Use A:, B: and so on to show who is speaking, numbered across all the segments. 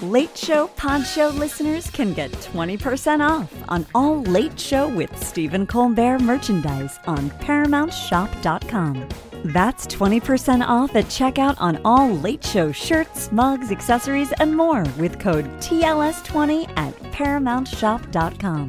A: Late Show Pod Show listeners can get 20% off on all Late Show with Stephen Colbert merchandise on ParamountShop.com. That's 20% off at checkout on all Late Show shirts, mugs, accessories, and more with code TLS20 at ParamountShop.com.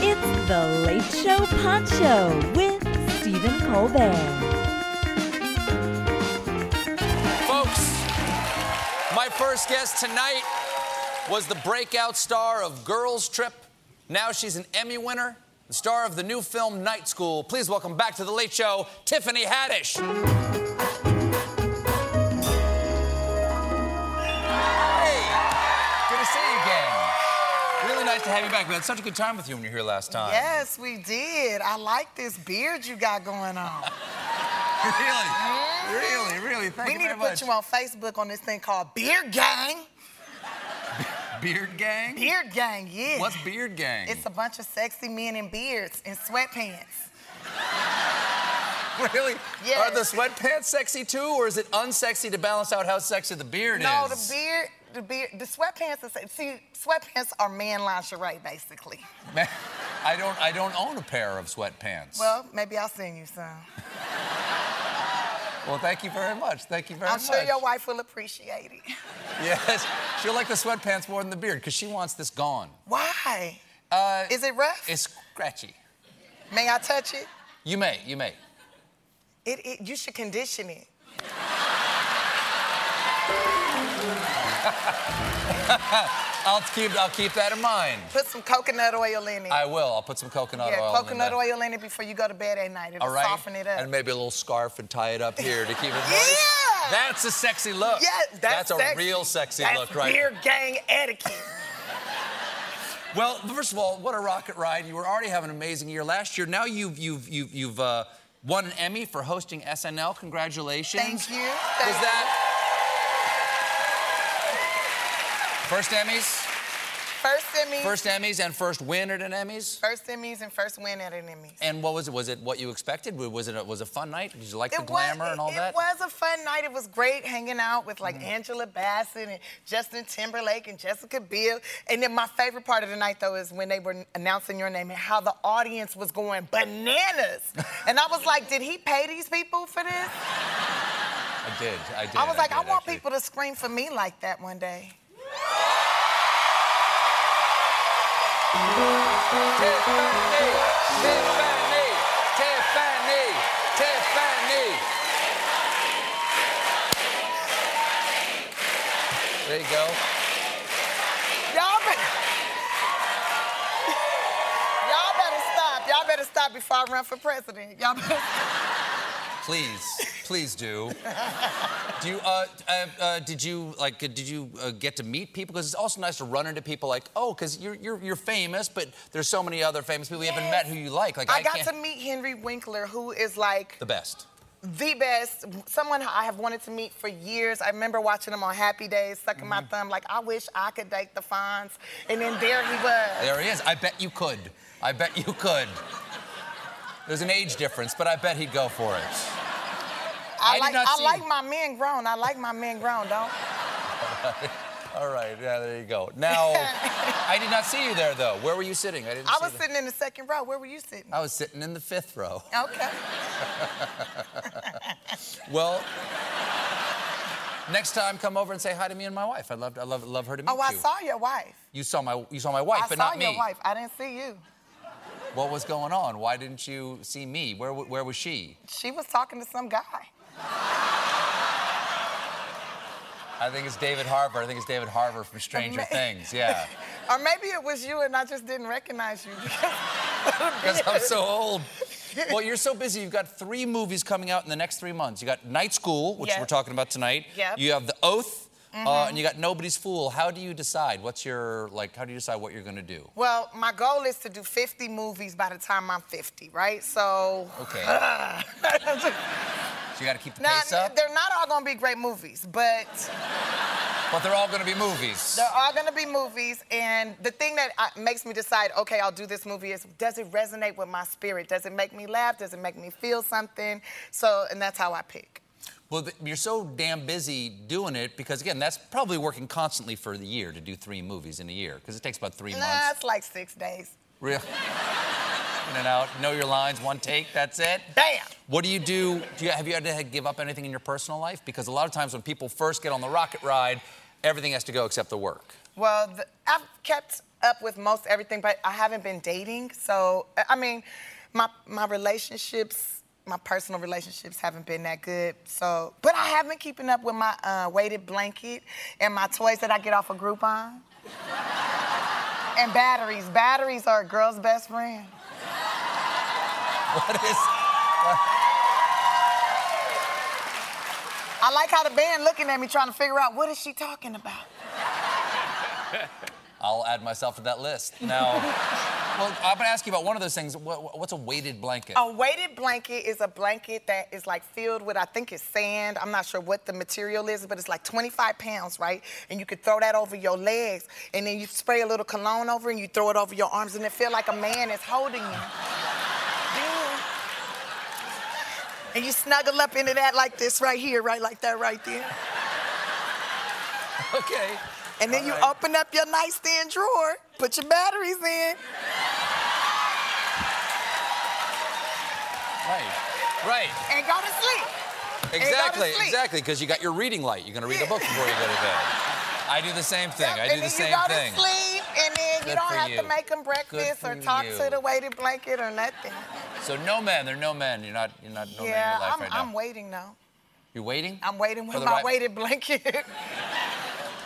A: It's the Late Show Pod Show with Stephen Colbert.
B: Folks, my first guest tonight was the breakout star of Girls Trip. Now she's an Emmy winner, the star of the new film Night School. Please welcome back to The Late Show, Tiffany Haddish. Hey, good to see you again. Really nice to have you back. We had such a good time with you when you were here last time.
C: Yes, we did. I like this beard you got going on.
B: Really, really, really. Thank
C: we
B: you
C: need to
B: very
C: put
B: much.
C: you on Facebook on this thing called Beard Gang.
B: Beard Gang?
C: Beard Gang, yeah.
B: What's Beard Gang?
C: It's a bunch of sexy men in beards and sweatpants.
B: Really?
C: Yes.
B: Are the sweatpants sexy too, or is it unsexy to balance out how sexy the beard
C: No, the
B: is?
C: beard, the beard, the sweatpants are se- see, sweatpants are man lingerie basically.
B: Man, I don't. I don't own a pair of sweatpants.
C: Well, maybe I'll send you some.
B: Well, thank you very much. Thank you very
C: I'm
B: much.
C: sure your wife will appreciate it.
B: Yes, she'll like the sweatpants more than the beard because she wants this gone.
C: Why?
B: Uh,
C: Is it rough?
B: It's scratchy.
C: May I touch it?
B: You may. You may.
C: It, it you should condition it.
B: I'll keep. I'll keep that in mind.
C: Put some coconut oil in it.
B: I will. I'll put some coconut
C: yeah,
B: oil. in
C: coconut
B: there.
C: oil in it before you go to bed at night. It'll
B: Oh, All right.
C: soften it up.
B: And maybe a little scarf and tie it up here to keep it moist.
C: Yeah!
B: That's a sexy look.
C: Yeah, that's,
B: a
C: sexy.
B: real sexy
C: That's
B: look, right?
C: Beer gang etiquette.
B: Well, first of all, what a rocket ride! You were already having an amazing year last year. Now you've you've you've you've uh, won an Emmy for hosting SNL. Congratulations!
C: Thank you. Thank
B: Was that first Emmys?
C: first Emmys?
B: First Emmys and first win at an Emmys.
C: First Emmys and first win at an Emmys.
B: And what was it? Was it what you expected? Was it a, was it a fun night? Did you like the
C: was-
B: glamour and all
C: it,
B: that? Mm-hmm.
C: It was a fun night. It was great hanging out with like Angela Bassett and Justin Timberlake and Jessica Biel. And then my favorite part of the night though is when they were announcing your name and how the audience was going bananas. and I was like, did he pay these people for this?
B: I did. I did.
C: I was like, I,
B: did,
C: want
B: actually.
C: people to scream for me like that one day.
B: Tiffany, Tiffany, Tiffany, Tiffany. There you go.
C: Y'all better, y'all better stop. Y'all better stop before I run for president. Y'all better.
B: Please, please do. do you? Uh, uh, uh, did you like? uh, Did you uh, get to meet people? Because it's also nice to run into people like, oh, because you're, you're you're famous, but there's so many other famous people you haven't met who you like. Like I,
C: I got
B: can't-
C: to meet Henry Winkler, who is like
B: the best.
C: the best, someone I have wanted to meet for years. I remember watching him on Happy Days, sucking my
B: Mm-hmm.
C: thumb, like, I wish I could date the Fonz. And then there he was.
B: There he is. I bet you could. I bet you could. There's an age difference, but I bet he'd go for it. I
C: I
B: did
C: like,
B: not
C: I
B: see-
C: like my men grown. I like my men grown, don't.
B: All right, yeah, there you go. Now, I did not see you there though. Where were you sitting? I didn't.
C: I
B: see
C: was
B: the-
C: sitting in the second row. Where were you sitting?
B: I was sitting in the fifth row.
C: Okay.
B: Well, next time, come over and say hi to me and my wife. I'd love, to, I love, love her to meet
C: Oh, I
B: you.
C: saw your wife.
B: you saw my, you saw my wife,
C: I
B: but
C: saw
B: not
C: your
B: me.
C: wife. I didn't see you.
B: What was going on? Why didn't you see me? Where, w- where was she?
C: She was talking to some guy.
B: I think it's David Harbour. I think it's David Harbour from Stranger
C: Ama-
B: Things. Yeah,
C: Or maybe it was you and I just didn't recognize you.
B: because I'm so old. Well, you're so busy. You've got three movies coming out in the next three months. You got Night School, which
C: Yes.
B: we're talking about tonight.
C: Yep. Mm-hmm.
B: You have The Oath. uh, and you got Nobody's Fool. How do you decide? What's your, like, how do you decide what you're going to do?
C: Well, my goal is to do 50 movies by the time I'm 50, right? So.
B: Okay. so you got to keep the
C: Now,
B: pace up,
C: they're not all gonna be great movies, but
B: but they're all going to be movies.
C: they're all gonna be movies. And the thing that I, makes me decide, okay, I'll do this movie is does it resonate with my spirit? Does it make me laugh? Does it make me feel something? So, and that's how I pick.
B: Well, th- you're so damn busy doing it because, again, that's probably working constantly for the year to do three movies in a year because it takes about three
C: Nah,
B: months.
C: it's like six days.
B: Real. in and out, know your lines, one take, that's it.
C: Bam!
B: What do you do? do you, have you had to give up anything in your personal life? Because a lot of times when people first get on the rocket ride, everything has to go except the work.
C: Well, the, I've kept up with most everything, but I haven't been dating. So, I- I mean, my my relationships, my personal relationships haven't been that good. So, but I have been keeping up with my uh, weighted blanket and my toys that I get off of Groupon. and batteries. Batteries are a girl's best friend.
B: What is?
C: I like how the band looking at me trying to figure out what is she talking about.
B: I'll add myself to that list. Now, well, I'm going to ask you about one of those things. What, what's a weighted blanket?
C: A weighted blanket is a blanket that is like filled with, I think it's sand. I'm not sure what the material is, but it's like 25 pounds, right? And you could throw that over your legs, and then you spray a little cologne over, it, and you throw it over your arms, and it feel like a man is holding you. Yeah. And you snuggle up into that like this right here, right like that right there.
B: Okay.
C: And then you
B: All right.
C: open up your nightstand drawer, put your batteries in.
B: Right. Right.
C: And go to sleep. go to
B: Exactly,
C: sleep.
B: exactly, because you got your reading light. You're gonna read a
C: Yeah.
B: book before you go to bed. I do the same thing.
C: Yep,
B: I do
C: and
B: the
C: then
B: same
C: you go
B: thing.
C: to sleep, and then you
B: Good
C: don't
B: for
C: have
B: you.
C: to make them breakfast
B: for
C: or talk
B: you.
C: to the weighted blanket or nothing.
B: So no men, there are no men. You're not, you're not no men in
C: yeah,
B: your life
C: I'm,
B: right
C: I'm
B: now.
C: waiting though.
B: You're waiting.
C: I'm waiting
B: For
C: with
B: the
C: my
B: right-
C: weighted blanket.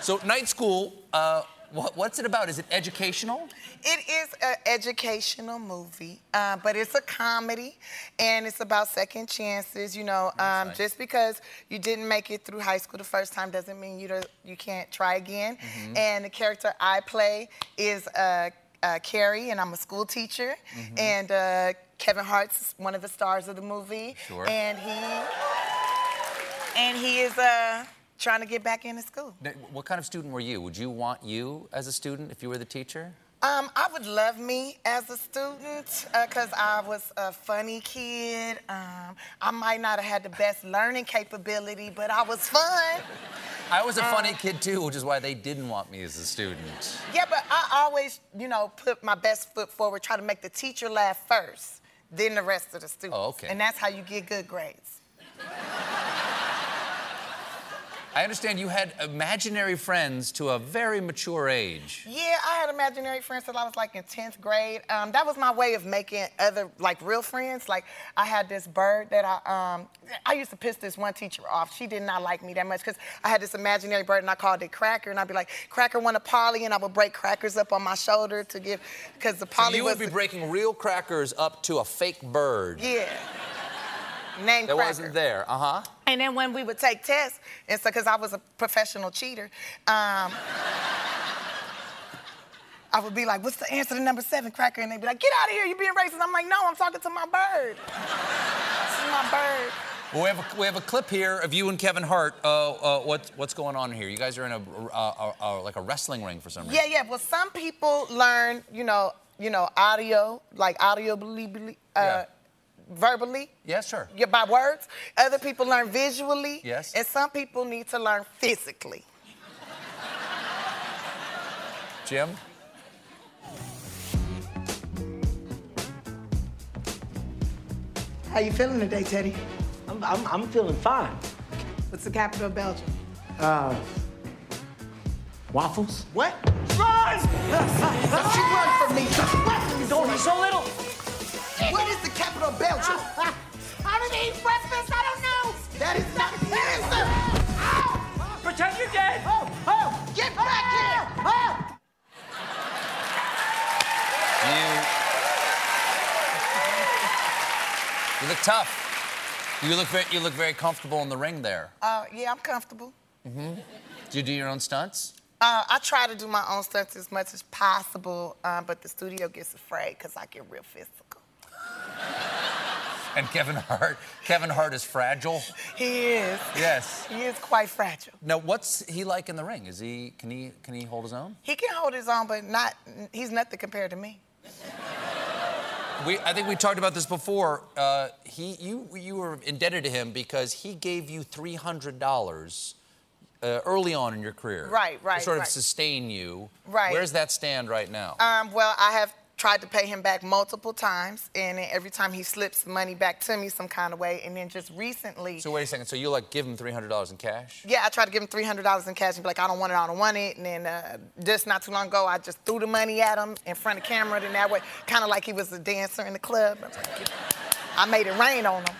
B: So night school. Uh, what, what's it about? Is it educational?
C: It is an educational movie, uh, but it's a comedy, and it's about second chances. You know, um,
B: nice.
C: just because you didn't make it through high school the first time doesn't mean you don't- you can't try again. And the character I play is uh, uh, Carrie, and I'm a school teacher. And uh, Kevin Hart's one of the stars of the movie,
B: Sure.
C: and he and he is uh, trying to get back into school.
B: Th- What kind of student were you? Would you want you as a student if you were the teacher?
C: Um, I would love me as a student because I was a funny kid. Um, I might not have had the best learning capability, but I was fun.
B: I was a funny kid too, which is why they didn't want me as a student.
C: Yeah, but I always, you know, put my best foot forward, try to make the teacher laugh first, then the rest of the students.
B: Oh, okay.
C: And that's how you get good grades.
B: I understand you had imaginary friends to a very mature age.
C: Yeah, I had imaginary friends till I was like in 10th grade. Um, that was my way of making other, like real friends. Like, I had this bird that I, um, I used to piss this one teacher off. She did not like me that much because I had this imaginary bird and I called it Cracker. And I'd be like, Cracker want a Polly. And I would break crackers up on my shoulder to give, because the
B: So
C: Polly
B: you
C: was.
B: would be
C: the-
B: breaking real crackers up to a fake bird.
C: yeah. Name
B: That
C: Cracker.
B: wasn't there. Uh huh.
C: And then when we would take tests, and so because I was a professional cheater, um, I would be like, "What's the answer to number seven, Cracker?" And they'd be like, "Get out of here! You're being racist." I'm like, "No, I'm talking to my bird. this is my bird."
B: Well, we have a, we have a clip here of you and Kevin Hart. Uh, uh, what's what's going on here? You guys are in a, uh, uh, uh, like a wrestling ring for some reason.
C: Yeah, yeah. Well, some people learn, you know, you know, audio, like audio, uh,
B: Yeah.
C: verbally.
B: Yeah, sure.
C: Yeah, by words. Other people learn visually.
B: Yes.
C: And some people need to learn physically.
B: Jim.
D: How you feeling today, Teddy?
E: I'm, I'm, I'm feeling fine.
D: What's the capital of Belgium?
E: Waffles?
D: What? Run! Don't you run from me. What? You
E: Don't be so little.
D: What is the capital of Belgium?
E: I
D: don't eat breakfast. I don't know. That is not the answer.
E: Pretend you're dead.
D: Oh, oh, get back here. Oh.
B: You. you look tough. You look very you look very comfortable in the ring there. Uh
C: Uh, yeah, I'm comfortable.
B: Do you do your own stunts?
C: Uh, I try to do my own stunts as much as possible, um, but the studio gets afraid because I get real physical.
B: And Kevin Hart. Kevin Hart is fragile.
C: He is.
B: Yes.
C: He is quite fragile.
B: Now, what's he like in the ring? Is he can he can he hold his own?
C: He can hold his own, but not. He's nothing compared to me.
B: We, I think we talked about this before. Uh, he, you, you were indebted to him because he gave you three hundred dollars uh, early on in your career,
C: Right, right,
B: to sort of
C: right.
B: sustain you.
C: Right.
B: Where's that stand right now?
C: Um, well, I have tried to pay him back multiple times, and then every time he slips money back to me some kind of way, and then just recently.
B: so wait a second. So you like give him three hundred dollars in cash?
C: yeah, I tried to give him three hundred dollars in cash and be like, I don't want it, I don't want it. And then uh, just not too long ago, I just threw the money at him in front of camera. Then that way, kind of like he was a dancer in the club. I, was like, "Get-" I made it rain on him,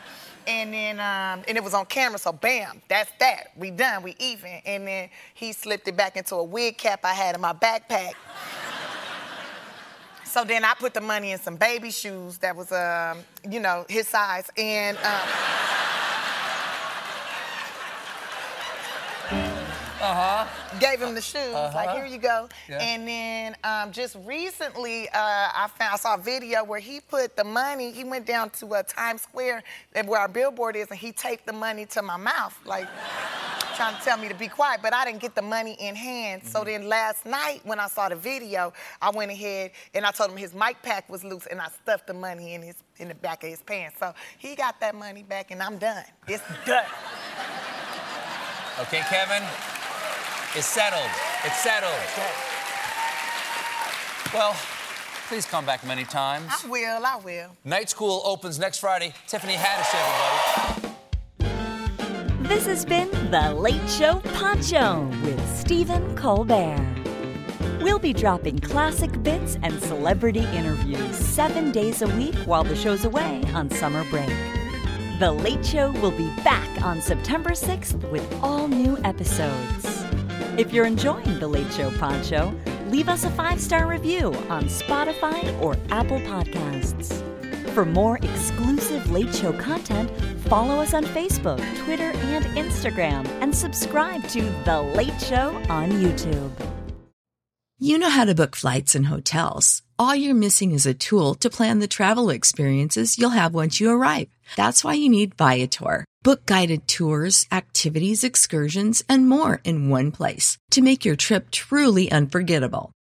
C: and then um, and it was on camera. So bam, that's that. We done. We even. And then he slipped it back into a wig cap I had in my backpack. So then I put the money in some baby shoes that was, um, you know, his size, and. Um, gave him the shoes. Like, here you go.
B: Yeah.
C: And then um, just recently, uh, I found I saw a video where he put the money. He went down to uh, Times Square and where our billboard is, and he taped the money to my mouth, like trying to tell me to be quiet. But I didn't get the money in hand. So then last night, when I saw the video, I went ahead and I told him his mic pack was loose, and I stuffed the money in his in the back of his pants. So he got that money back, and I'm done. It's done.
B: Okay, Kevin. It's settled. It's settled. Well, please come back many times.
C: I will. I will.
B: Night School opens next Friday. Tiffany Haddish, everybody.
A: This has been The Late Show Poncho with Stephen Colbert. We'll be dropping classic bits and celebrity interviews seven days a week while the show's away on summer break. The Late Show will be back on September 6th with all new episodes. If you're enjoying The Late Show Poncho, leave us a five star review on Spotify or Apple Podcasts. For more exclusive Late Show content, follow us on Facebook, Twitter, and Instagram, and subscribe to The Late Show on YouTube.
F: You know how to book flights and hotels. All you're missing is a tool to plan the travel experiences you'll have once you arrive. That's why you need Viator. Book guided tours, activities, excursions, and more in one place to make your trip truly unforgettable.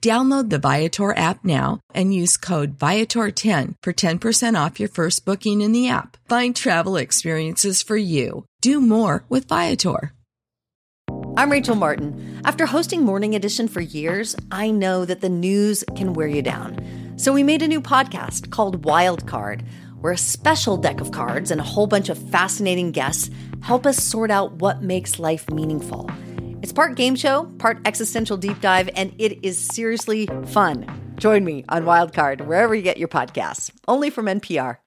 F: Download the Viator app now and use code Viator10 for 10% off your first booking in the app. Find travel experiences for you. Do more with Viator.
G: I'm Rachel Martin. After hosting Morning Edition for years, I know that the news can wear you down. So we made a new podcast called Wild Card, where a special deck of cards and a whole bunch of fascinating guests help us sort out what makes life meaningful. It's part game show, part existential deep dive, and it is seriously fun. Join me on Wild Card wherever you get your podcasts, only from NPR.